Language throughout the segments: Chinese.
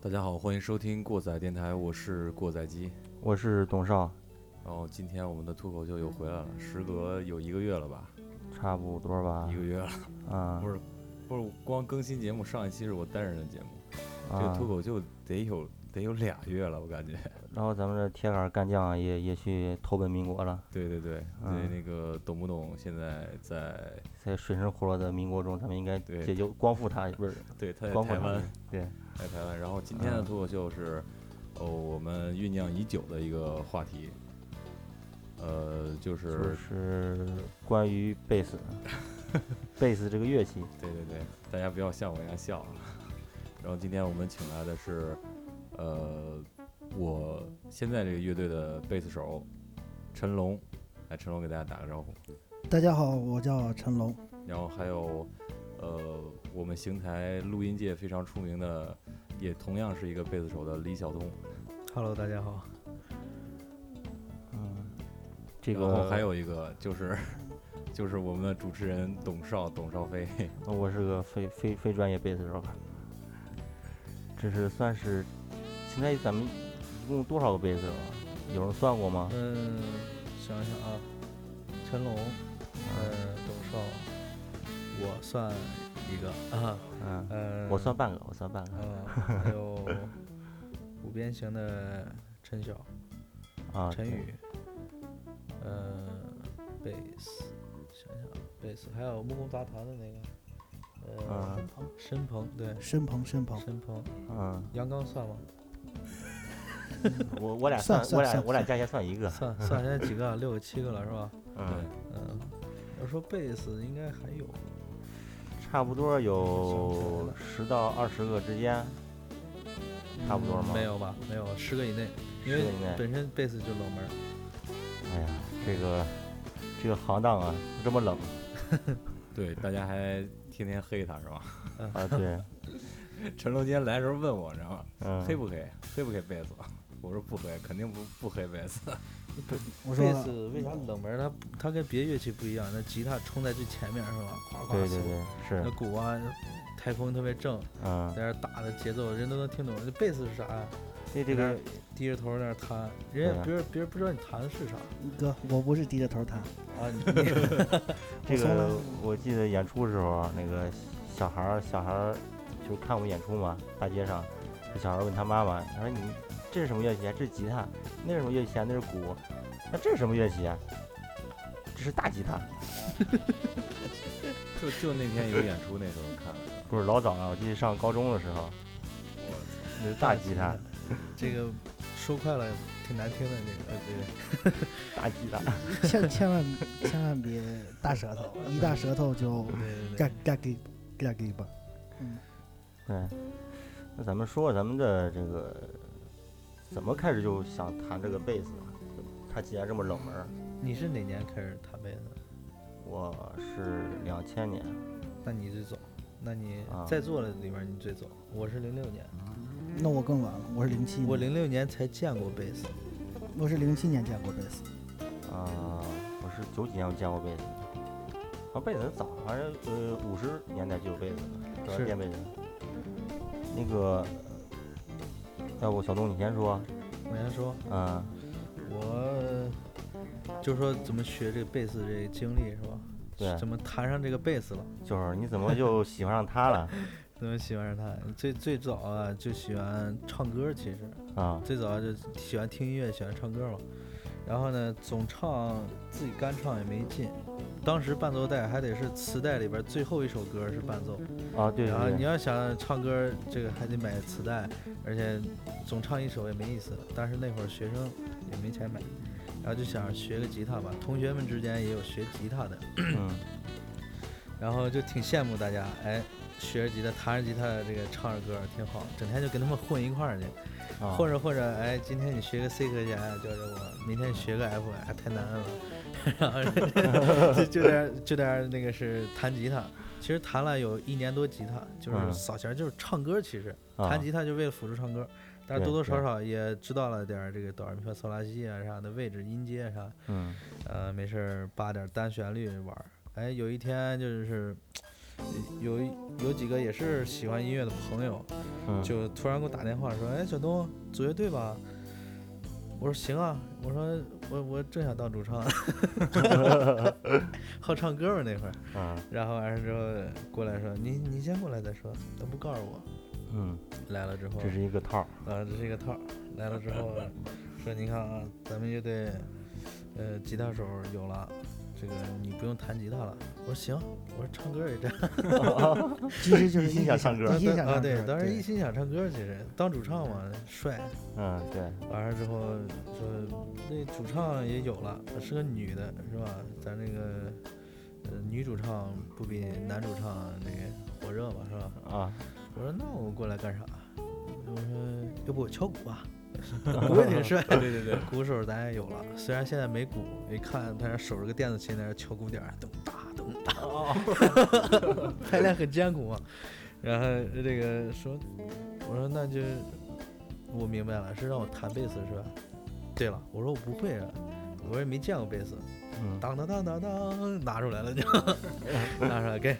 大家好，欢迎收听过载电台，我是过载机。我是董少，然后今天我们的脱口秀又回来了，嗯时隔有一个月了吧，差不多吧一，个月了，啊不，是不是光更新节目，上一期是我单人的节目，这个啊脱，口秀得有得有俩月了，我感 觉。然后咱们这铁杆干将也也去投奔民国了，对对对，对嗯那个懂不懂？现在在在水深火热的民国中，咱们应该对解救光复它，不是对他在光复台它湾们，，对，在台湾。然后今天的嗯脱口秀是，哦，我们酝酿已久的一个话题，呃，就就是是关于 贝斯，贝斯这个乐器，对对对，大家不要像我一样笑啊。 然后今天我们请来的是，呃，我现在这个乐队的贝斯手陈龙，来，陈龙给大家打个招呼。大家好，我叫陈龙，然后还有，呃，我们邢台录音界非常出名的，也同样是一个贝斯手的李晓东。 Hello，大家好。嗯，这然后个还，有一个就是， 就是我们的主持人董少，董少飞。我是个非非非专业贝斯手，这是算是现在咱们一共多少个贝斯手啊？有人算过吗？嗯，想一想啊，陈龙，呃，董少，我算一个啊，嗯，呃， 我算半个，我算半个啊，还有五边形的陈晓、啊，陈对宇，呃，贝斯，想想啊，贝斯，还有木工杂谈的那个，呃，嗯申鹏，对，申鹏，申鹏，申鹏，嗯。杨刚算吗？我我俩算我算俩算我俩加起来算一个，算算，现在几个啊？六七个了是吧？嗯，嗯，要说贝斯应该还有。差不多有十到二十个之间，差不多吗嗯没有吧，没有十个以内，因十为个以内本身贝斯就冷门儿。哎呀，这个这个行当啊，这么冷对，大家还天天黑他是吧？ 啊，对，陈龙今天来的时候问我，你知道吗？嗯，黑不黑？黑不黑贝斯？我说不黑，肯定不不黑贝斯。我说贝斯为啥冷门儿？它它跟别的乐器不一样，那吉他冲在最前面是吧？夸夸对嗖对对，那是，鼓啊，台风特别正，嗯在，那儿打的节奏人都能听懂。那贝斯是啥呀？这这个低着头在那儿弹，对人啊家别人别人不知道你弹 的是啥哥，我不是低着 头弹，啊。你这我从来个，我记得演出时候，那个小孩儿小孩儿就是看我们演出嘛，大街上，这小孩儿问他妈妈，他说你这是什么乐器啊？这是吉他，那是什么乐器啊？那是鼓，那这是什么乐器啊？这是大吉他。 就就那天有演出那时候看的， 不是老早啊了，我记得上高中的时候，那是大吉他，这个说快了挺难听的这个。大吉他， 千千万千万别大舌头， 一大舌头就对对嘎对，嘎给嘎给吧。嗯，对。那咱们说咱们的这个怎么开始就想弹这个贝斯啊？它既然这么冷门儿，你是哪年开始弹贝斯的？我是两千年，那你最早，那你啊在座的里面你最早，我是零六年。那我更晚了，我是零七，我零六年才见过贝斯，我是零七年见过贝斯，啊、我是九几年我见过贝斯，啊，贝斯早，好像呃五十年代就有贝斯了，早是练贝斯。那个，要不小东你先说，我先说，嗯我就说怎么学这个贝斯这个经历是吧？对怎么弹上这个贝斯了？就是你怎么就喜欢上他了怎么喜欢上它？最最早啊，就喜欢唱歌，其实啊？最早就喜欢听音乐，喜欢唱歌嘛。然后呢，总唱自己干唱也没劲。当时伴奏带还得是磁带里边最后一首歌是伴奏，啊，对然后对你对，要想唱歌，这个还得买磁带，而且总唱一首也没意思。但是那会儿学生也没钱买，然后就想学个吉他吧。同学们之间也有学吉他的，嗯，然后就挺羡慕大家，哎，学着吉他，弹着吉他，这个唱着歌挺好，整天就跟他们混一块儿去。啊混着混着，哎，今天你学个 C 和弦，教教我；明天你学个 F，哎，太难了。 然后就就点就点那个是弹吉他，其实弹了有一年多吉他，就是嗯扫弦，就是唱歌。其实啊弹吉他就为了辅助唱歌，但是对多多少对少也知道了点儿这个哆来咪发嗦拉西啊啥的位置、音阶啥。嗯呃，没事儿扒点儿单旋律玩儿。哎，有一天就是有一有几个也是喜欢音乐的朋友，嗯，就突然给我打电话说：“哎，小东组乐队吧。”我说：“行啊。”我说：“我我正想当主唱， 好唱歌嘛那会儿。”嗯然后完事之后过来说：“你你先过来再说，都不告诉我。嗯，”来了之后，这是一个套儿，啊，这是一个套儿。来了之后 说：“你看啊，咱们乐队，呃，吉他手有了，这个你不用弹吉他了。”我说：“行。”我说：“唱歌也这样。其实就是一心想唱歌一心想啊，唱对歌，，当时一心想唱歌，其实当主唱嘛，帅。嗯，对，完了之后说那主唱也有了，是个女的，是吧？咱这个呃女主唱不比男主唱那个火热嘛，是吧？啊，我说那我过来干啥？我说要不我敲鼓 吧，鼓也挺帅。啊对对对，鼓手咱也有了，虽然现在没鼓，一看他那手着个电子琴在那敲鼓点儿，咚哒咚哒， 排练很艰苦嘛。然后这个说，我说那就我明白了，是让我弹贝斯是吧？对了，我说我不会啊，我也没见过贝斯，嗯，当当当当当，拿出来了 就，拿出来给。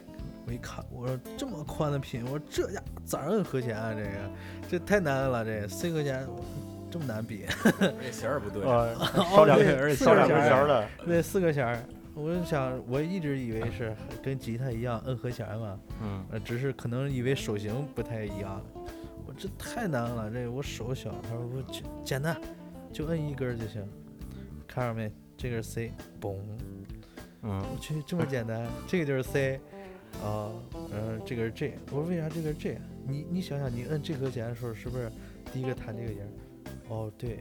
我一看，我说这么宽的品，我说这家伙咋摁和弦啊？这个这太难了，这 C 和弦这么难比，这弦儿不对啊呃，少两哦对根，而且少两四根个弦弦儿儿的，那四个弦儿， 我就想，我一直以为是跟吉他一样摁和弦嘛，嗯呃，只是可能以为手型不太一样。我这太难了，这我手小。他说我就简单，就摁一根儿就行。看着没，这个是 C，嘣，嗯我去，这么简单，这个就是 C，啊，然后这个是 G，我说为啥这个是 G？你你想想，你摁这和弦的时候是不是第一个弹这个音儿？哦，对。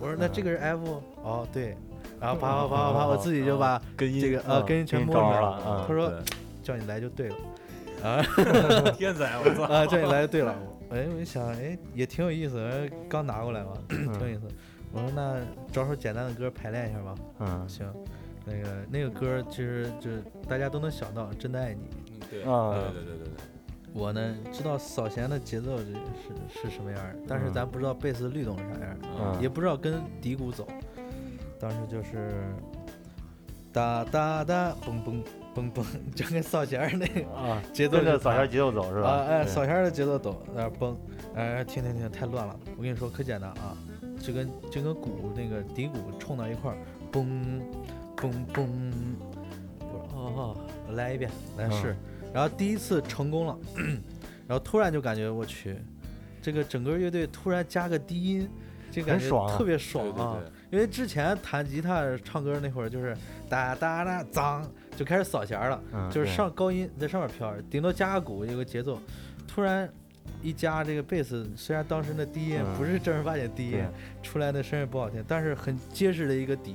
我说那这个是 F，、哦对，然后啪啪啪啪啪，我自己就把根哦音这个呃根音全嗯给你摸出招来着了啊他说对叫你来就对了，啊天才，我操！啊叫你来就对了。我哎我一想哎也挺有意思，哎刚拿过来嘛，嗯挺有意思。我说那找首简单的歌排练一下吧。嗯行，那个那个歌其实就是大家都能想到，《真的爱你》。嗯，对，啊对对对对对，我呢知道扫弦的节奏是是是什么样儿，但是嗯咱不知道贝斯律动是啥样儿，嗯啊也不知道跟底鼓走。当时就是哒哒哒，嘣嘣嘣 嘣，就跟扫弦儿那个啊，节奏跟着就扫弦节奏走是吧啊？哎，对扫弦儿的节奏抖，然后嘣，哎，停停停，太乱了。我跟你说，可简单啊，就跟就跟鼓那个底鼓冲到一块儿，嘣嘣嘣。我说哦哦，我来一遍，来试。然后第一次成功了，然后突然就感觉我去，这个整个乐队突然加个低音，这感很觉爽啊特别爽对啊！对对因为之前弹吉他唱歌那会儿就是哒哒哒脏，就开始扫弦儿了。嗯就是对上高音在上面飘着，顶多加个鼓有个节奏，突然一加这个贝斯，虽然当时那低音嗯不是正儿八经低音对，出来的声音不好听，但是很结实的一个底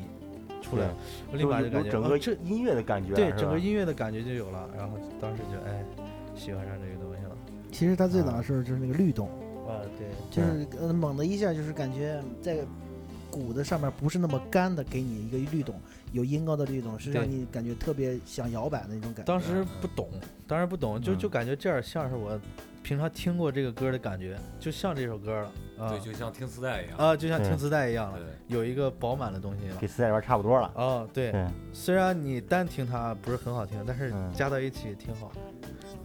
出来对，我立就马有就感有觉整哦个这音乐的感觉，啊对是整吧个音乐的感觉就有了，然后当时就哎喜欢上这个东西了。其实他最早的时候就是那个律动，啊，对，就是呃猛的一下，就是感觉在鼓的上面不是那么干的，给你一个律动，有音高的律动，是让对你感觉特别想摇摆的那种感觉。当时不懂，当时不懂，就嗯就感觉这样像是我平常听过这个歌的感觉，就像这首歌了啊对，就像听磁带一样。啊，就像听对磁带一样了，对，有一个饱满的东西了给。磁带玩差不多了，哦，对，对，虽然你单听它不是很好听，但是嗯加到一起挺好。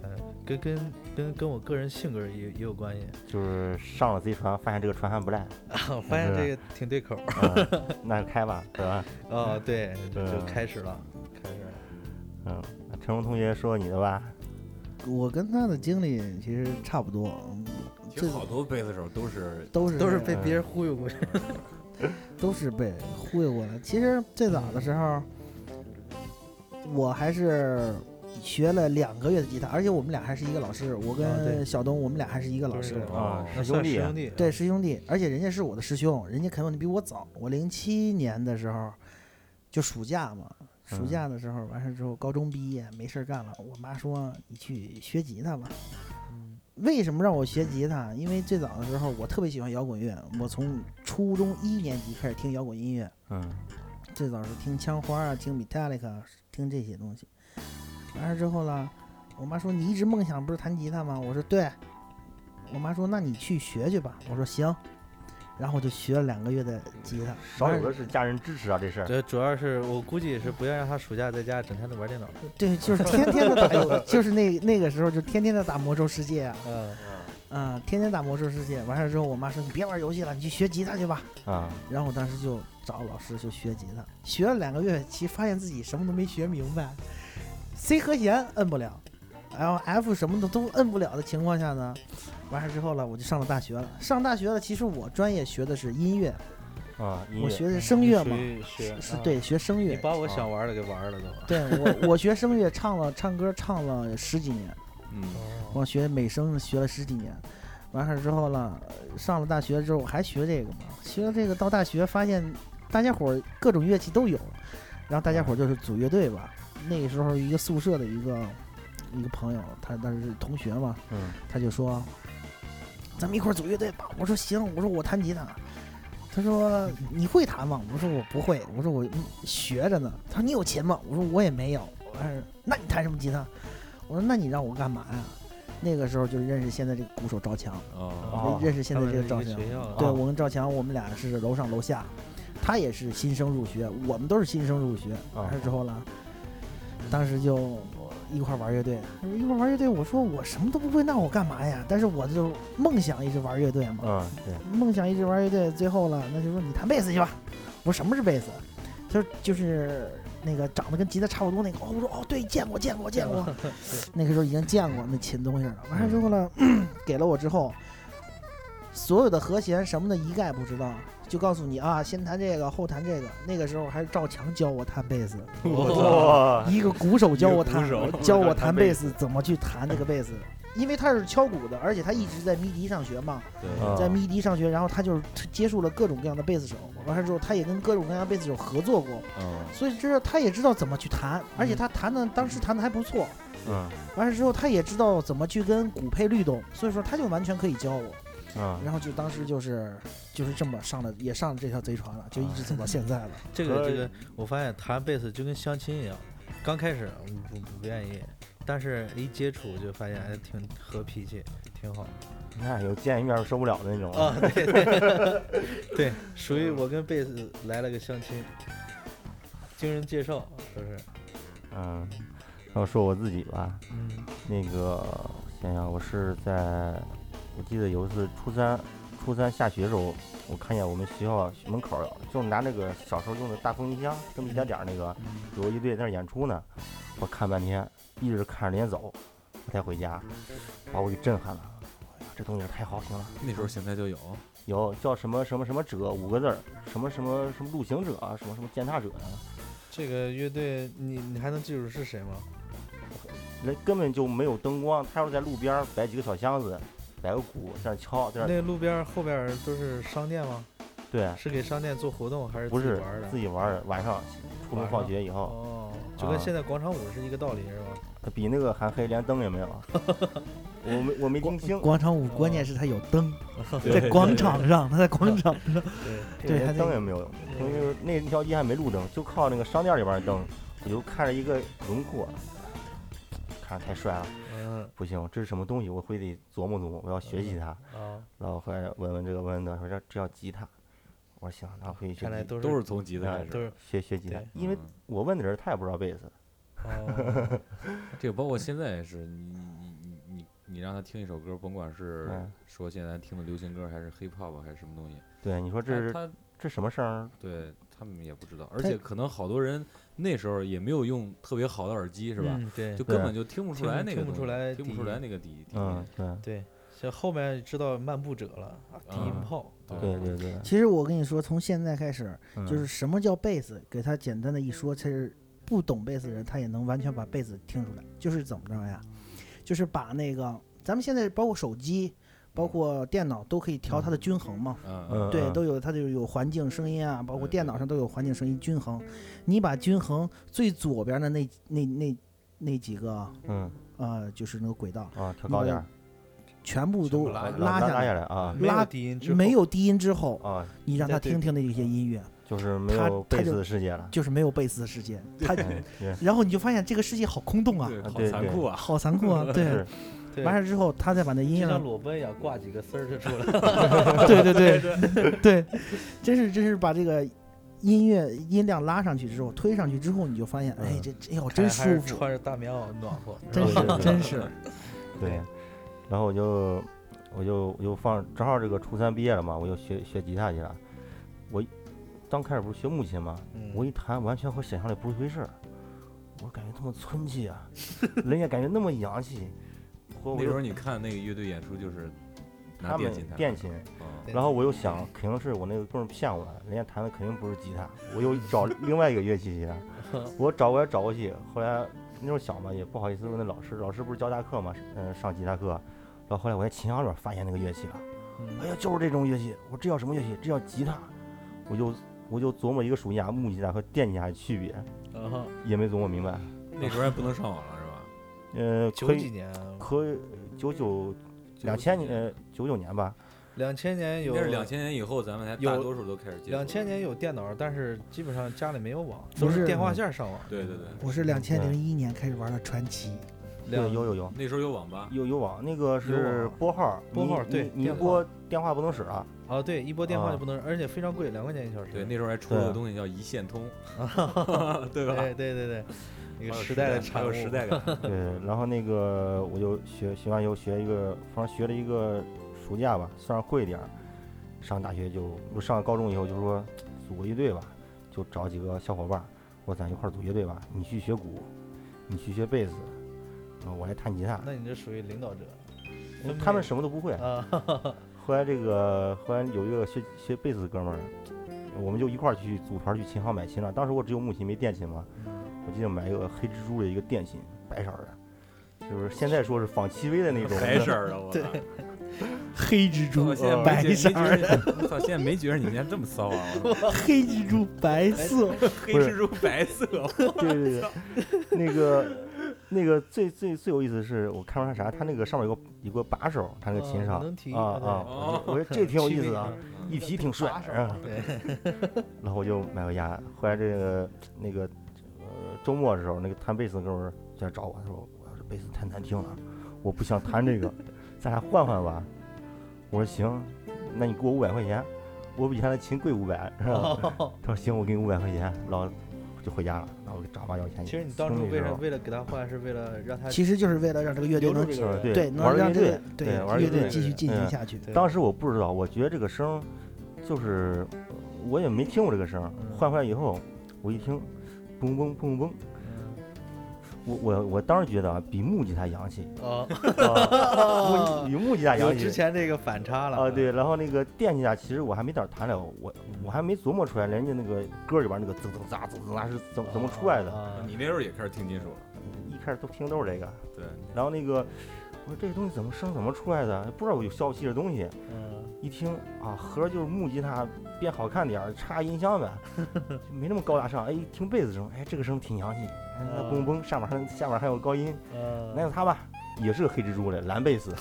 呃，跟跟跟跟我个人性格也也有关系。就是上了贼船，发现这个船还不赖， 我发现这个挺对口 儿。嗯那就开吧，对吧？哦，对，就对就开始了，开始了。嗯，那陈龙同学说你的吧，我跟他的经历其实差不多，嗯其这实好多贝斯手都 是都是都是这样被别人忽悠过去。 都是被忽悠过来。其实最早的时候，我还是学了两个月的吉他，而且我们俩还是一个老师，我啊对跟小东我们俩还是一个老都是师一。个啊哦，那师兄算师弟啊兄，弟。对，师兄弟，而且人家是我的师兄，人家肯定比我早。我零七年的时候，就暑假嘛，暑嗯假的时候完事之后，高中毕业没事儿干了，我妈说你去学吉他吧。为什么让我学吉他？因为最早的时候我特别喜欢摇滚乐，我从初中一年级开始听摇滚音乐，嗯最早是听枪花啊，听 Metallica，啊听这些东西。完事之后呢，我妈说你一直梦想不是弹吉他吗？我说对。我妈说那你去学去吧。我说行。然后就学了两个月的吉他。少有的是家人支持啊，这事儿。这主要是我估计也是不愿让他暑假在家整天的玩电脑。对，就是天天的打游，就是那那个时候就天天的打魔兽世界啊，嗯，啊、天天打魔兽世界。完事之后，我妈说你别玩游戏了，你去学吉他去吧。啊，然后我当时就找老师就学吉他，学了两个月，其实发现自己什么都没学明白，C 和弦摁不了，然后 F 什么的都摁不了的情况下呢，完事之后了，我就上了大学了。上大学了，其实我专业学的是音乐，啊，音我乐学的声乐你嘛属，于是是是啊对，学声你乐。把我想玩的给玩了都。对我，我学声乐唱了唱歌唱了十几年，嗯，哦我学美声学了十几年，完事儿之后了，上了大学之后我还学这个嘛，学了这个到大学发现大家伙儿各种乐器都有，然后大家伙儿就是组乐队吧。那个时候一个宿舍的一个一个朋友，他当时是同学嘛，嗯，他就说咱们一块儿组乐队吧。我说行，我说我弹吉他。他说你会弹吗？我说我不会，我说我嗯学着呢。他说你有琴吗？我说我也没有。我说那你弹什么吉他？我说那你让我干嘛呀？那个时候就认识现在这个鼓手赵强，啊哦，哦认识现他在们这是个赵一强。学校的对啊我跟赵强，我们俩是楼上楼下，他也是新生入学，我们都是新生入学。完事之后呢，当时就一块儿玩乐队，一块儿玩乐队。我说我什么都不会，那我干嘛呀？但是我就梦想一直玩乐队嘛，嗯，对，梦想一直玩乐队。最后了，那就说你弹贝斯去吧。我说什么是贝斯？他说就是那个长得跟吉他差不多那个。哦，我说哦，对，见过，见过，见 过。那个时候已经见过那琴东西了。完事之后呢， 给了我之后，所有的和弦什么的一概不知道，就告诉你啊，先弹这个，后弹这个。那个时候还是赵强教我弹贝斯，哦 哇，一个鼓手教我弹啊一个鼓，手 教我弹贝斯，怎么去弹这个贝斯。因为他是敲鼓的，而且他一直在迷笛上学嘛，对，啊在迷笛上学，然后他就是接触了各种各样的贝斯手，完事之后他也跟各种各样的贝斯手合作过，嗯，所以知道他也知道怎么去弹，而且他弹的当时弹的还不错，嗯完事之后他也知道怎么去跟鼓配律动，所以说他就完全可以教我。嗯，然后就当时就是就是这么上了，也上了这条贼船了，就一直走到现 在了。这个可这以个，我发现弹贝斯就跟相亲一样，刚开始嗯不不不愿意，但是一接触就发现哎挺合脾气，挺好那有见一面受不了的那种啊。对 对 对，属于我跟贝斯来了个相亲，经人介绍说是，嗯，然后说我自己吧，嗯那个想想我是在，我记得有一次初三，初三下学的时候，我看见我们学校门口儿就拿那个小时候用的大风音箱，这么一点点儿那个，有个乐队在那儿演出呢，我看半天，一直看着人家走，我才回家，把我给震撼了。哎呀，这东西太好听了，那时候邢台就有，有叫什么什么什么者五个字儿，什么什么什么路行者啊，什么什么践踏者啊，这个乐队你你还能记住是谁吗？人根本就没有灯光，他要是在路边儿摆几个小箱子，摆个鼓在那儿敲，在那儿那路边后边都是商店吗？对，是给商店做活动还是不自己是玩的？啊自己玩儿，晚上出门晚放上学以后，哦，就跟啊现在广场舞是一个道理是吧？比那个还黑，连灯也没有。 我没我没听哦清，广场舞关键是它有灯，在广场上，它 在广场上，对。这对连还得灯也没有，因为就是那条街还没路灯，就靠那个商店里边儿的灯，我就看着一个轮廓，看着太帅了，嗯不行，这是什么东西？我非得琢磨琢磨，我要学习它。啊，然后后来问问这个问问那，说这这叫吉他，我说行，那我回去学看来吉都是都是从吉他开都始， 是学学吉他对，因为嗯我问的人他也不知道贝斯，哦，这个包括现在也是，你你你你你让他听一首歌，甭管是嗯说现在听的流行歌，还是 hip hop 还是什么东西，对，你说哎这是他他这什么声儿？对他们也不知道，而他且可能好多人那时候也没有用特别好的耳机，是吧？嗯？对就根对本就听不出听来不那个听不东出西来听不出底来那个底底嗯音，对对，像后面知道漫步者了，啊低音嗯炮，对对对，其实我跟你说，从现在开始，嗯就是什么叫贝斯，给他简单的一说，其实不懂贝斯的人，他也能完全把贝斯听出来。就是怎么着呀？就是把那个咱们现在包括手机、包括电脑都可以调它的均衡嘛。嗯嗯嗯对，嗯都有它就有环境声音啊，包括对电对脑上都有环境声音均衡。你把均衡最左边的那那那那几个嗯呃，就是那个轨道，啊，调高点儿，全部全都部拉啊下拉拉下下来，嗯来啊没有拉低音之后，没有低音之后，啊，你让再他对听听那些音乐，就是没他有他贝就斯的世界了。就是没有贝斯的世界。他，哎，对然后你就发现这个世界好空洞啊，对，啊好对残对酷啊， 好残酷啊！对是，对完事之后他再把那音就 乐，像裸奔一样挂几个丝儿就出来了。对对对对，真是真是把这个音乐音量拉上去之后，推上去之后，你就发现，哎，这这哎呦真还还舒是服，穿着大棉袄暖和，真是吧是真是，对，然后我就我就我就放，正好这个初三毕业了嘛，我就学学吉他去了。我一刚开始不是学木琴嘛，嗯我一弹完全和想象里不是一回事儿，我感觉他妈村气 啊，人家感觉那么洋气。我我那时又候你看那个乐队演出就是拿他电们琴弹，电琴，嗯，然后我又想，肯定是我那个哥们儿骗我了，人家弹的肯定不是吉他，我又找另外一个乐器去，我找过来找过去，后来那时候小嘛，也不好意思问那老师，老师不是教大课嘛，嗯、上吉他课，然后后来我在琴行里边发现那个乐器了，嗯哎呀，就是这种乐器，我这叫什么乐器？这叫吉他，我就我就琢磨一个暑假木吉他和电吉他的区别，然后也没琢磨明白，那时候还不能上网了是吧？呃，九可几以年啊，可以九九两千年呃九九年吧，两千年有应该是两千年以后，咱们才大有多数都开始接触。两千，年有电脑，但是基本上家里没有网，不都是电话线上网。对对对，我是两千零一年开始玩的传奇，对，两有有有。那时候有网吧，有有网，那个是拨号，啊拨你号对你你电一话拨电话不能使了， 啊，对，一拨电话啊就不能，而且非常贵，两块钱一小时。对，那时候还出了对个啊东西叫一线通， 对吧？对哎对对对，一个还有时代的还产物，有时代感，对，然后那个我就学学完以后学一个，反正学了一个暑假吧，算是会一点儿。上大学就我上了高中以后就说组个乐队吧，就找几个小伙伴儿，我咱一块儿组乐队吧。你去学鼓，你去学贝斯，然后我来弹吉他。那你这属于领导者因为分他们配什么都不会。啊，后来这个后来有一个学学贝斯的哥们儿，我们就一块儿去组团儿去琴行买琴了。当时我只有木琴没电琴嘛，我记得买一个黑蜘蛛的一个电琴，白色儿的，就是现在说是仿戚薇的那种。白事儿了，我操。黑蜘 我蛛现在没白觉色没儿觉得你，我操，现在没觉得你今天这么骚啊！我操黑蜘蛛白色，黑不是蜘蛛白 色， 对对对，那个那个最最最有意思的是，我看出他啥，他那个上面有个有个把手，他那个琴上能提啊啊，哦我觉得我觉得这挺有意思的哦啊，一一提挺帅啊。对，然后我就买回家，后来这个那个呃周末的时候，那个弹贝斯的哥们儿就来找我，他说我要是贝斯太难听了，我不想弹这个，咱俩换换吧。我说行，那你给我五百块钱，我比他的琴贵五百。哦 他说行，我给你五百块钱，然后就回家了。然后我给找妈要钱。 其实你当初从那为时啥候为了给他换，是为了让他其实就是为了让这个乐队留住能这是个人，对玩能儿让乐这队个对玩儿乐乐队队继续进行嗯下去。对当时我不知道，我觉得这个声儿就是我也没听过这个声儿嗯。换回来以后，我一听，嘣嘣嘣嘣，嗯我我我当时觉得啊，比木吉他 洋气， 哦，啊木比木吉他 有洋之气。前这个反差了嗯啊，对，然后那个电吉他，其实我还没咋弹了，我我还没琢磨出来人家那个歌里边那个噌噌喳噌噌喳是怎么怎么出来的。啊你那时候也开始听金属了，一开始都听都是这个，对，然后那个我说这个东西怎么声怎么出来的，不知道有消息这东西，嗯一听啊，合着就是木吉他变好看点儿，插音箱 呗，就没那么高大上。哎，一听贝斯声，哎，这个声挺洋气，哎啊那嘣嘣，上面还下面还有高音，那嗯，就它吧，也是个黑蜘蛛的蓝贝斯。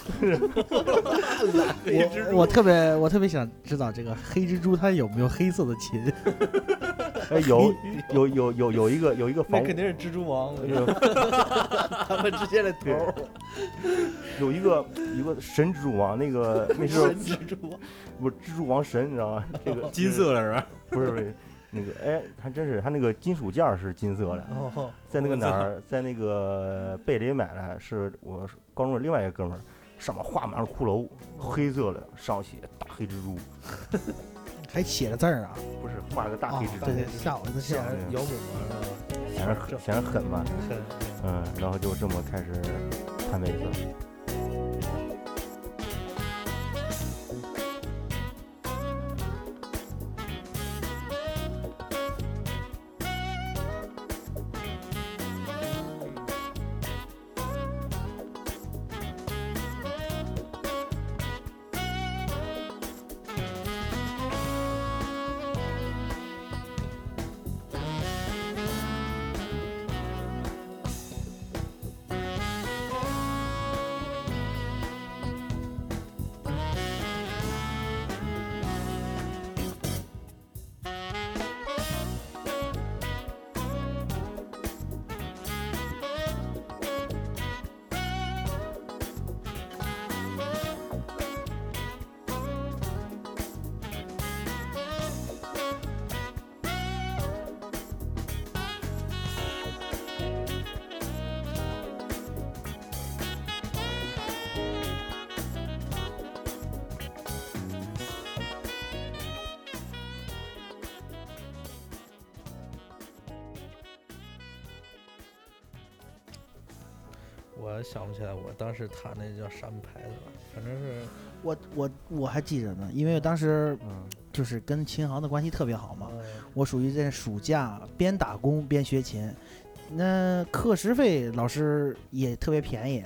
我我特别我特别想知道这个黑蜘蛛它有没有黑色的琴？哎，有有有有有一个有一个那仿肯定是蜘蛛王，我觉得有他们之间的头儿，有一个有一个神蜘蛛王，那个那是神蜘蛛王，不是蜘蛛王神，你知道吗？这个金色的是吧？不是不是那个哎，还真是它那个金属件儿是金色的。哦，在那个我哪操儿，在那个贝雷买的，是我高中的另外一个哥们儿，上面画满了骷髅，黑色的，上写大黑蜘蛛，还写着字儿啊！不是画了个大啊黑蜘，蛛，对对，吓我一显跳！然摇滚嘛是吧？显然很显然狠嘛，很嗯，然后就这么开始弹贝斯。 Thank 我想不起来我当时弹那叫什么牌子了，反正是我我我还记着呢，因为当时嗯，就是跟琴行的关系特别好嘛，呃我属于在暑假边打工边学琴，那课时费老师也特别便宜，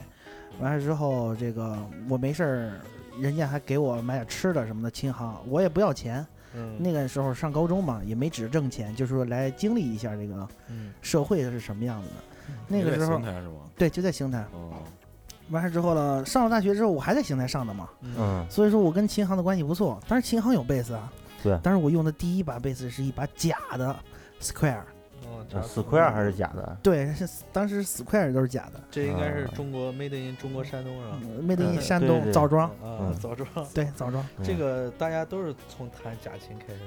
完了之后这个我没事儿，人家还给我买点吃的什么的，琴行我也不要钱。嗯那个时候上高中嘛，也没指着挣钱，就是说来经历一下这个嗯社会是什么样子的。那你个在时候邢，台是吗？对，就在邢台。哦，完事之后了，上了大学之后，我还在邢台上的嘛，嗯嗯，所以说我跟琴行的关系不错。但是琴行有贝斯啊，对但是我用的第一把贝斯是一把假的 Square，哦这查呃死出块来儿了还是假的？对，是当时 Square 都是假的，这应该是啊中国 made in 中国山东是吧？没得嗯山对东对枣庄，啊，嗯枣庄。对枣庄，这个大家都是从弹假琴开始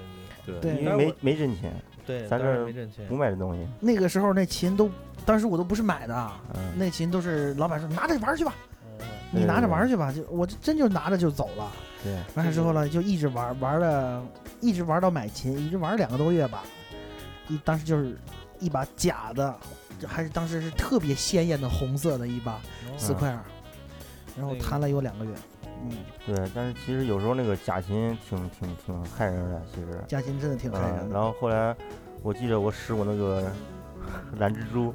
的，对对因为没没真钱，对，咱当这然没挣钱不。卖这东西。那个时候那琴都，当时我都不是买的啊，嗯，那琴都是老板说拿着玩儿去吧，嗯你拿着对对玩儿去吧，就我这真就拿着就走了。对，完事之后呢，就一直玩儿玩儿了，一直玩儿到买琴，一直玩儿两个多月吧。一当时就是一把假的，这还是当时是特别鲜艳的红色的一把哦四块二，然后那个弹了有两个月。嗯，对，但是其实有时候那个假琴挺挺挺害人的，其实。假琴真的挺害人嗯，的。然后后来我记得我使我那个 蓝蜘蛛，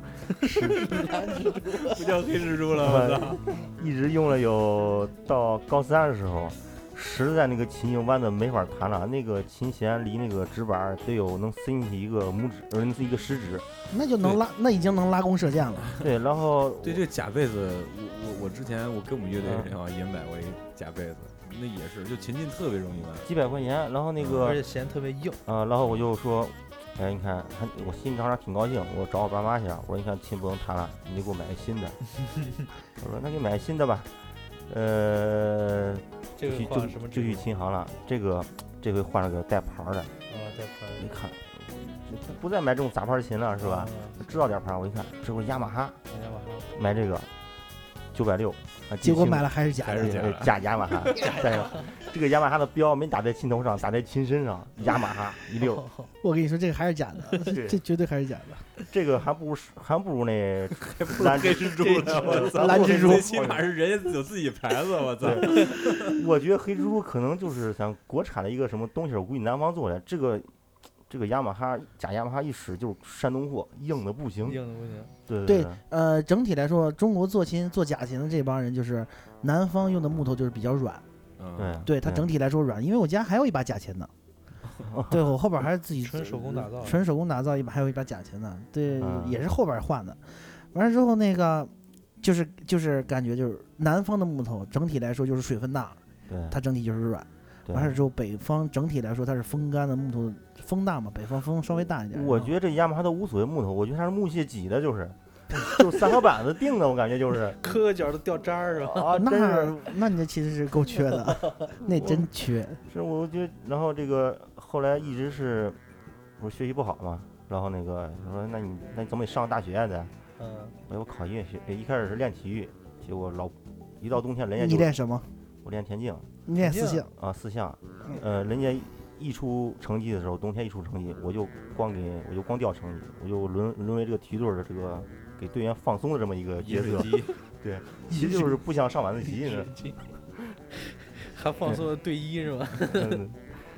不叫黑蜘蛛呃一直用了有到高三的时候，实在那个琴就弯的没法弹了，那个琴弦离那个指板儿得有能伸进去一个拇指，呃，一个食指。那就能拉，那已经能拉弓射箭了。对，然后对，这假被子，我我我之前我跟我们乐队嗯人好像也买过一个假被子，那也是，就琴键特别容易弯。几百块钱，然后那嗯而个且弦特别硬，啊、然后我就说，哎，你看，还我心里当时挺高兴，我找我爸妈去啊，我说你看琴不能弹了，你就给我买个新 的。我说那给你买个新的吧，呃，这个就话就什么啊就去听琴行了，这个这回换了个带牌儿的，啊，带牌你看，不不再买这种杂牌儿琴了是啊吧？？知道点儿牌儿，我一看，这回雅马哈嗯大家晚 上买这个九百六，啊，结果买了了还是假还的是。假的假雅马 哈，再有这个雅马哈的标没打在琴头上，打在琴身上，雅马哈一溜。我跟你说，这个还是假 的，对这绝对还是假 的。这个还不如是还不如那 不蓝黑蜘蜘蛛呢，我操！蓝蜘蛛最起码是人家有自己牌子，我操！我觉得黑蜘蛛可能就是想国产的一个什么东西，我估计南方做的。这个这个雅马哈假雅马哈一使就是山东货，硬的不行。硬的不行。对对对呃，整体来说，中国做琴做假琴的这帮人，就是南方用的木头就是比较软，嗯，对对它整体来说软，因为我家还有一把假 琴呢。对我后边还是自己纯手工打造的纯手工打造一把，还有一把假琴呢。对，啊也是后边换的。完了之后那个，就是就是感觉就是南方的木头整体来说就是水分大，对它整体就是软。对完事之后北方整体来说它是风干的木头，风大嘛，北方风稍微大一点。我觉得这雅马哈都无所谓木头，我觉得它是木屑挤的，就是 就三合板子定的，我感觉 就是磕个角都掉渣儿是吧？啊，真是那那你这其实是够缺的， 那真缺。是我觉得，然后这个后来一直是不是学习不好嘛，然后那个我说那你那你总得上大学啊得。嗯，我要考音乐学，呃一开始是练体育，结果老一到冬天人家你哎就练什么？我练田径你练四性。啊四项，嗯呃，人家一出成绩的时候，冬天一出成绩，我就光给我就光掉成绩，我就沦沦为这个体育队的这个给队员放松的这么一个饮角水色，机，其实就是不想上晚自习呢。还放松了对一是吧？嗯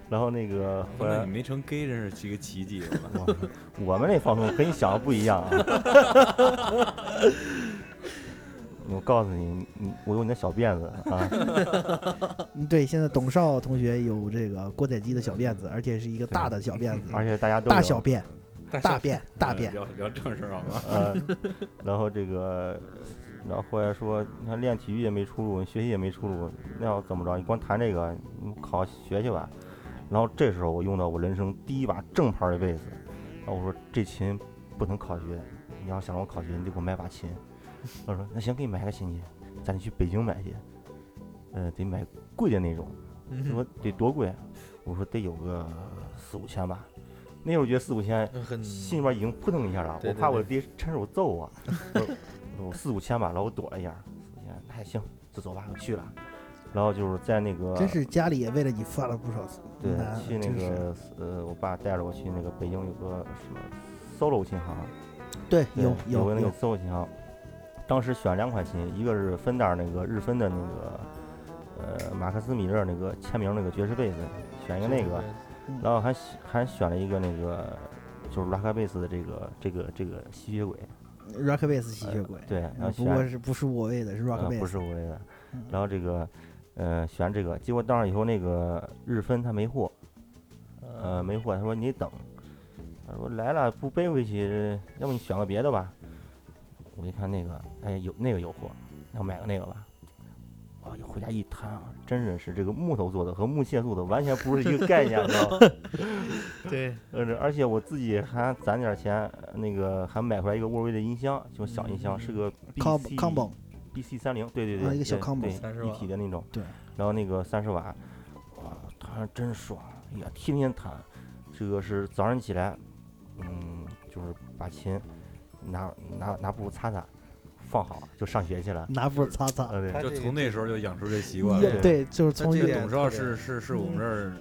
然后那个后那来你没成 gay 真是一个奇迹，我操！我们那放松跟你想的不一样啊。 我告诉你，你我有你的小辫子啊，嗯对，现在董少同学有这个锅仔鸡的小辫子，而且是一个大的小辫子，而且大家都大有小便，大便，大便。嗯聊聊正事儿好吗？呃，然后这个，然后后来说，你看练体育也没出路，学习也没出路，那要怎么着？你光弹这个，你考学去吧。然后这时候我用到我人生第一把正牌的贝斯，然后我说这琴不能考学，你要想让我考学，你得给我买把琴。他说那行，给你买个琴去，咱去北京买去，呃，得买贵的那种。他说嗯，得多贵？啊我说得有个四五千吧。那时候觉得四五千很心里边已经扑腾一下了，嗯对我对怕对我爹趁手揍我。我说我四五千吧，然后我躲了一下，四五千那还行，就走吧，我去了。然后就是在那个真是家里也为了你翻了不少次，对那去那真是个呃，我爸带着我去那个北京有个什么 solo 琴行，对对有有个那个有 solo 琴行，当时选两款琴，一个是芬达尔那个日分的那个，呃，马克思米勒那个签名那个爵士贝斯，选一个那个，然后还选还选了一个那个就是拉卡贝斯的这个这个这个吸血鬼， ，rock bass 吸血鬼，哎对，然后嗯不选过是不是我喂的，是 rock 呃 bass，不是我类的嗯，然后这个呃选这个，结果到那以后那个日分他没货，嗯呃没货，他说你得等，他说来了不背回去，要不你选个别的吧。我一看那个，哎有那个有货，那我买个那个吧。啊，一回家一摊啊，真是是这个木头做的和木屑做的完全不是 一个概念，你知道吗？对，呃，而且我自己还攒点钱，呃那个还买回来一个沃尔威的音箱，就小音箱，是个嗯 combo BC combo， B C 三零，对对对，啊一个小对 combo 对30一瓦体的那种，对。然后那个三十瓦，哇，弹上真爽，哎呀，天天弹。这个是早上起来，嗯，就是把琴拿拿拿布擦擦，放好就上学去了。拿布擦擦。呃，对他就这个从那时候就养成这习惯对了。也对，就是从这一这个个点董少特是别是是我们这儿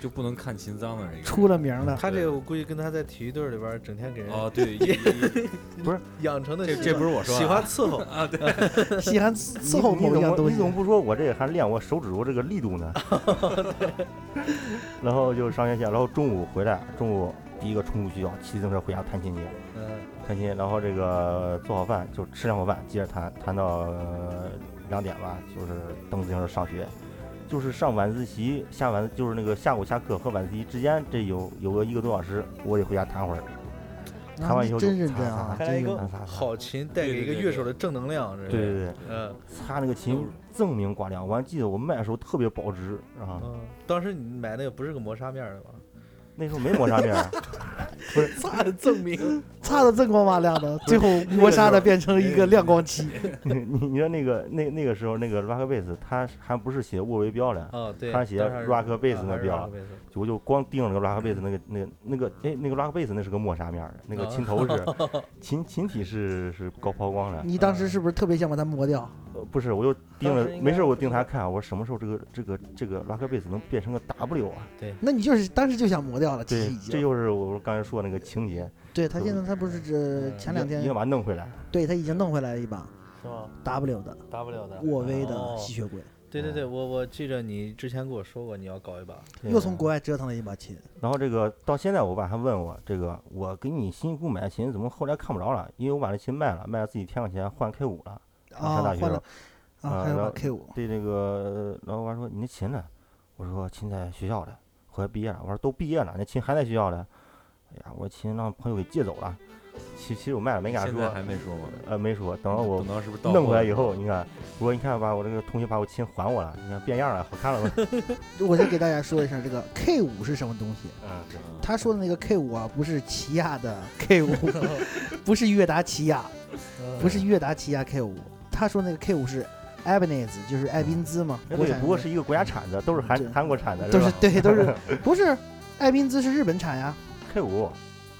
就不能看秦脏的人一个人。出了名 的，他这个我估计跟他在体育队里边儿整天给人哦，对，一 一养成的这习这惯不是我说的喜欢啊伺候，啊，对，稀罕伺你伺候你某一怎样么东你怎么西。不说我这还练我手指头这个力度 呢？ 然后就上学去，然后中午回来，中午第一个冲出去啊，骑自行车回家弹琴去。嗯，弹琴，然后这个做好饭就吃两口饭，接着弹，弹到呃两点吧，就是蹬自行车上学，就是上晚自习，下晚就是那个下午下课和晚自习之间，这有有个一个多小时，我得回家弹会儿，弹啊完以你后就真认擦真擦啊，看来真一有个弹仨好琴带给一个对对对乐手的正能量，这对是对对，嗯擦那个琴锃明挂亮，我还记得我卖的时候特别保值啊，嗯，当时你买那个不是个磨砂面儿 的吧？那时候没磨砂面儿， 擦的证明，擦的锃光瓦亮 的，最后磨砂的变成一个亮光漆。你你说那个那那个时候那个 rock bass 它还不是写沃维标的， 哦，对，他写当然是 rock bass 啊那还是标 rock bass 我就光盯着那个拉克贝斯那个那个那个哎那个拉克贝斯那是个磨砂面儿的，那个啊琴头是 琴琴体是是高抛光的，你当时是不是特别想把它磨掉？呃不是我就盯当着时应没该事儿我不盯是它看，我什么时候这个这个这个拉克贝斯能变成个 W 啊？那你就是当时就想磨掉了，其实对已，这经。就是我刚才说那个情节，对他现在他不是嗯这前两你要天，把它弄回来，对他已经弄回来一把是吗 W 哦的 W 的沃威的哦吸血鬼，对对对，嗯我我记着你之前跟我说过你要搞一把，对啊又从国外折腾了一把琴。然后这个到现在，我爸还问我这个，我给你辛辛苦苦买的琴，怎么后来看不着了？因为我把那琴卖了，卖了自己添块钱换 K 五了。啊，上大学换了了啊，啊还然有把后 K 五，对那个呃老板说：“你那琴呢？”我说：“琴在学校的，后来毕业了。”我说：“都毕业了，那琴还在学校的。”哎呀，我琴让朋友给借走了。其其实我卖了没跟他现在说，还没说吗？ 呃，没说。等到我等到是不是到弄货回来了以后，你看，我说你看吧，我这个同学把我琴还我了，你看变样了，好看了吗？ 我先给大家说一下这个 K 五是什么东西。嗯，对嗯他说的那个 K 五啊，不是起亚的 K 五， 不是悦达起亚，嗯嗯不是悦达起亚 K 五，他说那个 K 五是 Ebenezer，就是艾宾兹嘛，那国哎对，产不过的是一个国家产的，都是韩对韩国产的，都是吧对 都是不是艾宾兹是日本产呀？ K 五，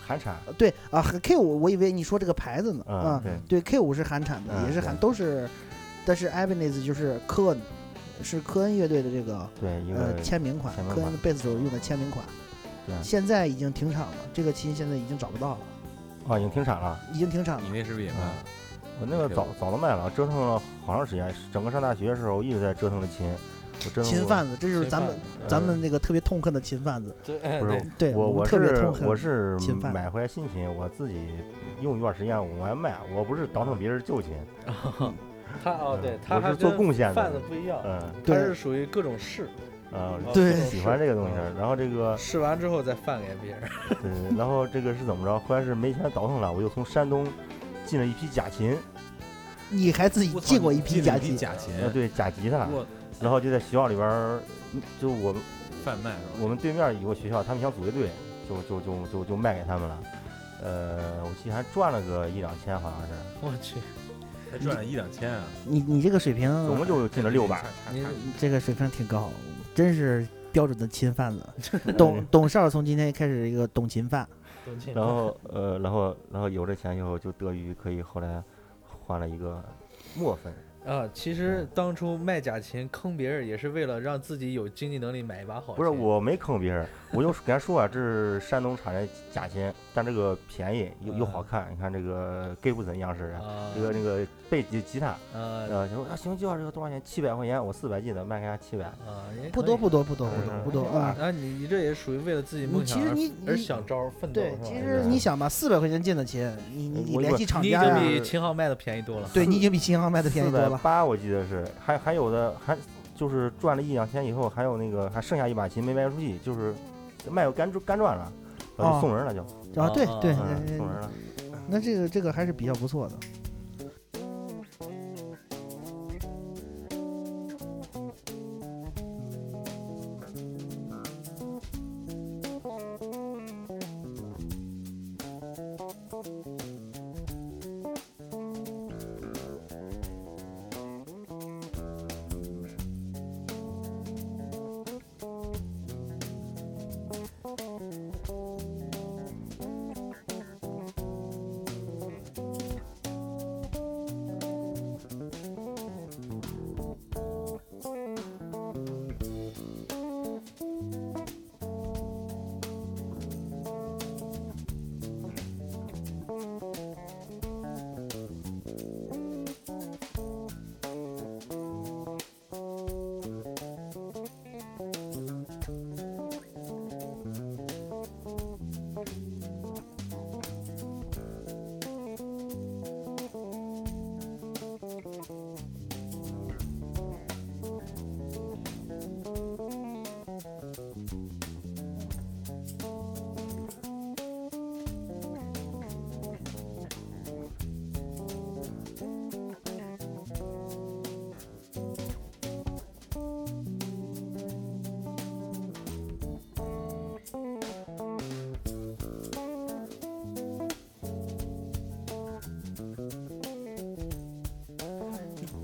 韩产。呃对啊，K 五我以为你说这个牌子呢嗯啊，，对，对 K 五是韩产的，嗯也是韩对都是，但是 Ebenezer 就是科恩，是科恩乐队的这个对一呃个签名款签，名科恩款啊的贝斯手用的签名款对，现在已经停产了，这个琴现在已经找不到了，啊，已经停产了。已经停产了你。那是不是也卖啊了？我那个早早都卖了，折腾了好长时间，整个上大学的时候一直在折腾着琴，我折腾秦过贩子，这就是咱们呃咱们那个特别痛恨的秦贩子。对哎不是对，对，我们我特别是痛恨。我是侵犯买回来新琴，我自己用一段时间我还卖，我不是倒腾别人旧琴， 他哦对，嗯他我还是做跟贡献贩子的，不一样，嗯他对是属于各种试，啊，哦对各种喜试哦欢这个东西啊儿。然后这 个试完之后再贩给别人，对，然后这个是怎么着？后来是没钱倒腾了，我就从山东进了一批假琴，你还自己我操进过你一批进假了一批期，假琴，呃，对，假吉他，我然后就在学校里边儿，就我们贩卖是吧？我们对面有个学校，他们想组乐队，就就就就就卖给他们了。呃，我记得还赚了个一两千，好像是， 我去，还赚了一两千啊，你你这个水平，总共就进了六百。你这个水平挺高，真是标准的秦贩子。董董少从今天开始一个董秦贩，都进然后呃，然后然后有了钱以后，就得于可以后来换了一个墨粉， 啊，其实当初卖假琴坑别人也是为了让自己有经济能力买一把好琴。不是我没坑别人，我就是给他说啊，这是山东产的假琴，但这个便宜又又嗯好看。你看这个 Gibson 样式啊，啊，这个那个贝吉吉他，呃呃，就说啊行，就要这个多少钱？七百块钱，我四百 G 的，卖给他七百。啊，也不可多以不。多不多不多嗯不多啊。那你你这也属于为了自己你梦其想实而你而你想招奋斗是对吧？，其对实吧你想吧，四百块钱进的钱，你你你我联我系厂你已家经呀，比秦昊卖的便宜多了。对你已经比新航卖的便宜四多百了。八我记得是，还还有的还就是赚了一两千以后，还有那个还剩下一把琴没卖出去，就是卖我干干赚了，然后哦就送人了就，啊，对啊对，啊嗯，呃送人了。那这个这个还是比较不错的。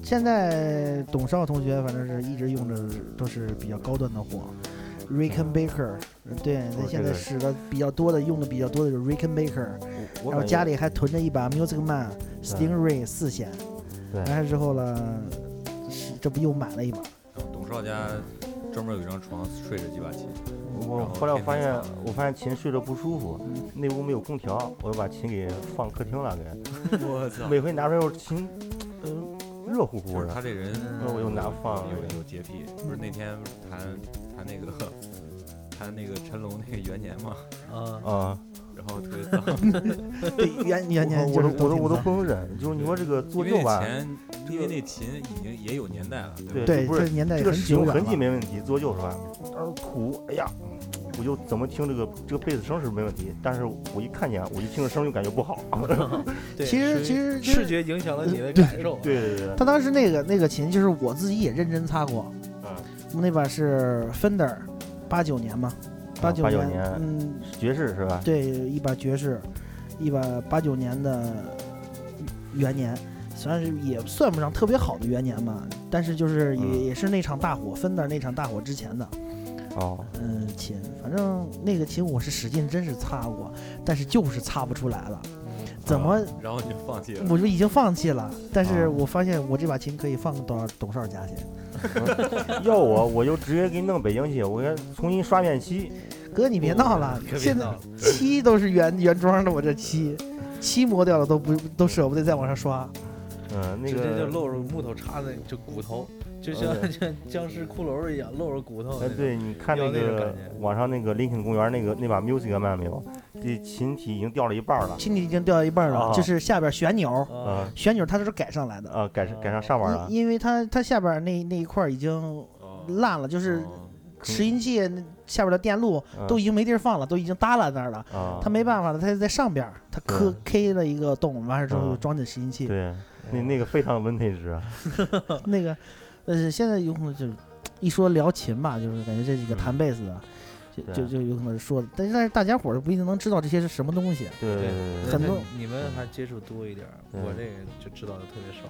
现在董少同学反正是一直用着都是比较高端的货，Rickenbacker，对，他我现这在个使的比较多的用的比较多的就是 Rickenbacker，我感然后觉家里还囤着一把 Music Man Stingray 四弦，对完事之后了，是这不又买了一把，董少家专门有一张床睡着几把 琴，我然后后来我天发天现藏，我发现琴睡着不舒服，嗯那屋没有空调，我就把琴给放客厅了，给我操！每回拿出来我琴，嗯、热乎乎就是的他，这人那我就拿放了有有洁癖，不是那天谈谈那个 谈那个陈龙那个元年嘛，啊，嗯啊、然后特别脏，对，原原年我就都是我都我挺都脏不能忍，就是你说这个因做为旧那吧，琴，因为那琴已经也有年代了，对吧？对，不是这年代这也个很使久用远痕迹了。没问题，做旧是吧？但是土，哎呀，我就怎么听这个这个贝斯声是没问题，但是我一看见我一听这声就感觉不好。 对其实属于其实其实视觉影响了你的感受。啊对对对，他当时那个那个琴，就是我自己也认真擦过，嗯，那把是 Fender，八九年嘛，八九89年嗯，爵士是吧？对，一把爵士，一把八九年的元年，虽然是也算不上特别好的元年吧，但是就是也、嗯也是那场大火，芬德那场大火之前的，哦，嗯，琴，反正那个琴我是使劲真是擦过，但是就是擦不出来了，嗯怎么、然后你就放弃了。我就已经放弃了，但是啊我发现我这把琴可以放到董少家去，要我我就直接给你弄北京去，我给你重新刷面漆。哥你别闹了，嗯可别现在闹了 漆都是原原装的，我这漆漆磨掉了都不都舍不得再往上刷。嗯，那直接就个，露着木头叉子，就骨头，就像嗯 像僵尸骷髅一样露着骨呃头那哎，种。对，你看那有那种个感觉网上那个林肯公园那个那把 Music Man 没有？这琴体已经掉了一半了。琴体已经掉一半了，啊就是下边旋钮，啊嗯，旋钮它都是改上来的，啊，改哦改上上面了因。因为它它下边那那一块已经哦烂了，就是哦拾音器那下边的电路嗯都已经没地儿放了，都已经耷拉那儿了。啊，它没办法了，它就在上边儿，它磕 K 了一个洞，完事之后嗯就装进拾音器。对，那那个非常 vintage 啊。那个，呃，现在有可能就是一说聊琴吧，就是感觉这几个嗯弹贝斯的，就对啊就就有可能说的，但是但是大家伙儿不一定能知道这些是什么东西。对对对很对，多嗯你们还接触多一点儿，对我这个就知道的特别少。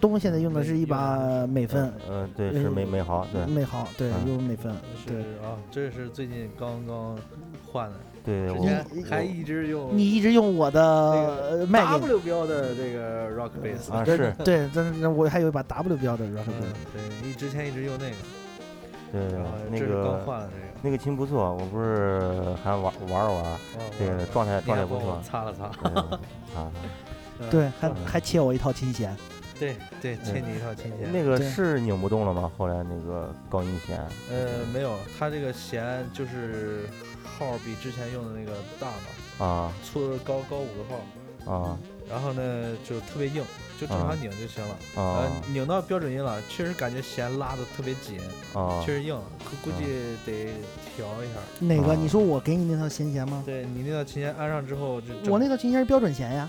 东现在用的是一把对美分，嗯，对，是美美豪，对美豪，对，嗯用美分，对。是啊，这是最近刚刚换的，对，之我前你还一直用你一直用我那的卖给你， W 标的这个 Rock Bass 啊对是对，但是我还有一把 W 标的 Rock 嗯 Bass，对，一之前一直用那个，对对对啊，那这是刚个换的这个，那个琴不错，我不是还玩玩了玩，哦这个状态你状还态不帮错我。擦了擦，对对对 啊，嗯对，还嗯还切我一套琴弦，对对，欠你一套琴弦。那个对是拧不动了吗？后来那个高音弦，呃，没有，它这个弦就是号比之前用的那个大嘛，啊粗高高五个号，啊然后呢就特别硬，就正常拧就行了。啊呃，拧到标准音了，确实感觉弦拉的特别紧，啊！确实硬，估估计得调一下。哪个？啊你说我给你那套琴弦吗？对你那套琴弦安上之后，就整我那套琴弦是标准弦呀，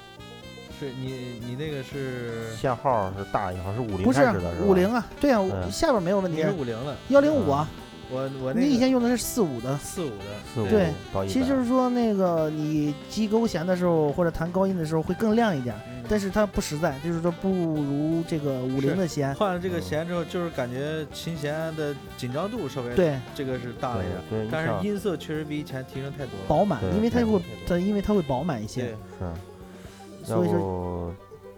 是你你那个是限号是大一号，是五零不开始的是吧？五零啊，对啊，嗯下边没有问你题是，五零了，嗯幺零五啊，我我你以那个前用的是四五的。四五的，四五对到一百，其实就是说，那个你击勾弦的时候，或者弹高音的时候会更亮一点，嗯但是它不实在，就是说不如这个五零的弦。换了这嗯个弦之后，就是感觉琴弦的紧张度稍微对，这个是大了一点，对对你但像是音色确实比以前提升太多了。饱满，对因为它对会对对它因为它会饱满一些对，，是。要所以说不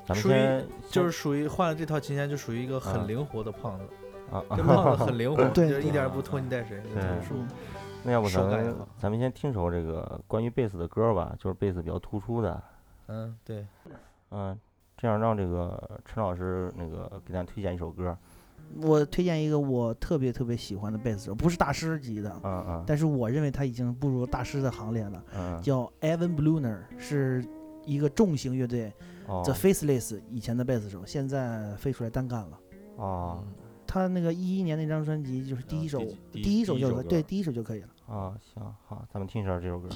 咱们属于先就先是属于换了这套琴弦，就属于一个啊很灵活的胖 子，啊这啊， 胖子很灵活，对就是一点儿对不拖泥带水，就对很舒服嗯。那要不咱手感也们好咱们先听首这个关于贝斯的歌吧，就是贝斯比较突出的，嗯，对，嗯，这样让这个陈老师那个给咱推荐一首歌，我推荐一个我特别特别喜欢的贝斯手，不是大师级的，嗯嗯但是我认为他已经步入大师的行列了，嗯，叫 Evan Bluner，是一个重型乐队、哦 The Faceless 以前的贝斯手，现在飞出来单干了。哦他那个一一年那张专辑就是第一首，嗯第第第一首第一就首可歌对第一首就可以了。哦，行好，咱们听一首这首歌，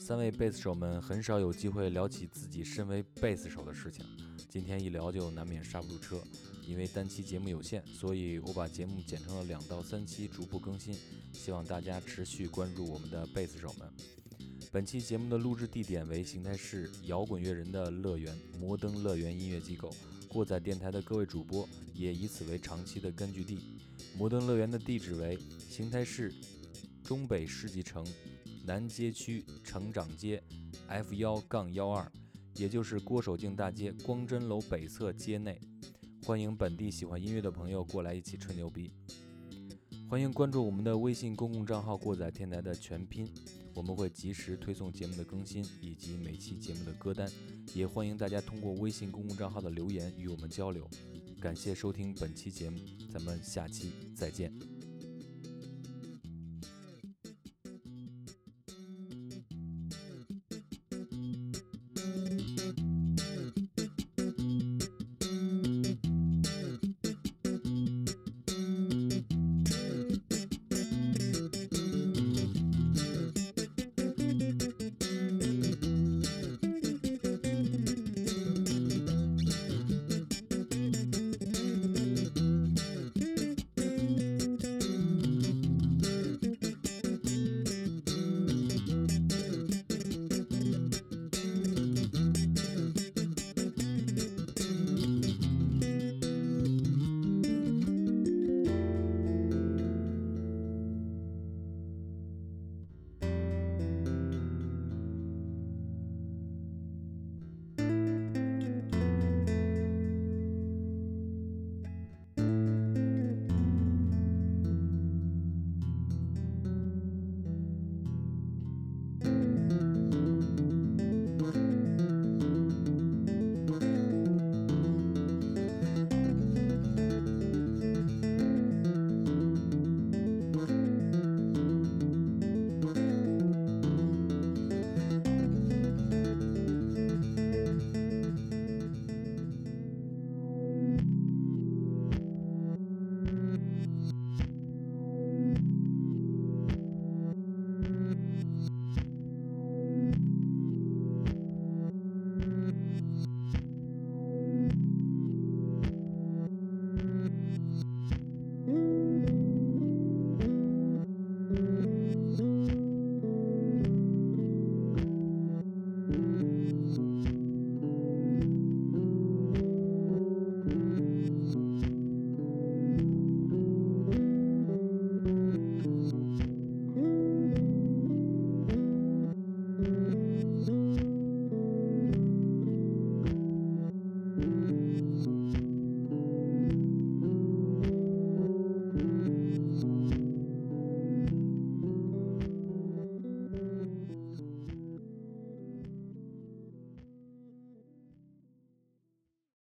三位贝斯手们很少有机会聊起自己身为贝斯手的事情，今天一聊就难免刹不住车。因为单期节目有限，所以我把节目剪成了两到三期，逐步更新。希望大家持续关注我们的贝斯手们。本期节目的录制地点为邢台市摇滚乐人的乐园摩登乐园音乐机构。过载电台的各位主播也以此为长期的根据地。摩登乐园的地址为邢台市中北世纪城南街区成长街 F 幺杠幺二，也就是郭守敬大街光真楼北侧街内。欢迎本地喜欢音乐的朋友过来一起吹牛逼。欢迎关注我们的微信公共账号“过载电台”的全拼，我们会及时推送节目的更新以及每期节目的歌单，也欢迎大家通过微信公共账号的留言与我们交流。感谢收听本期节目，咱们下期再见。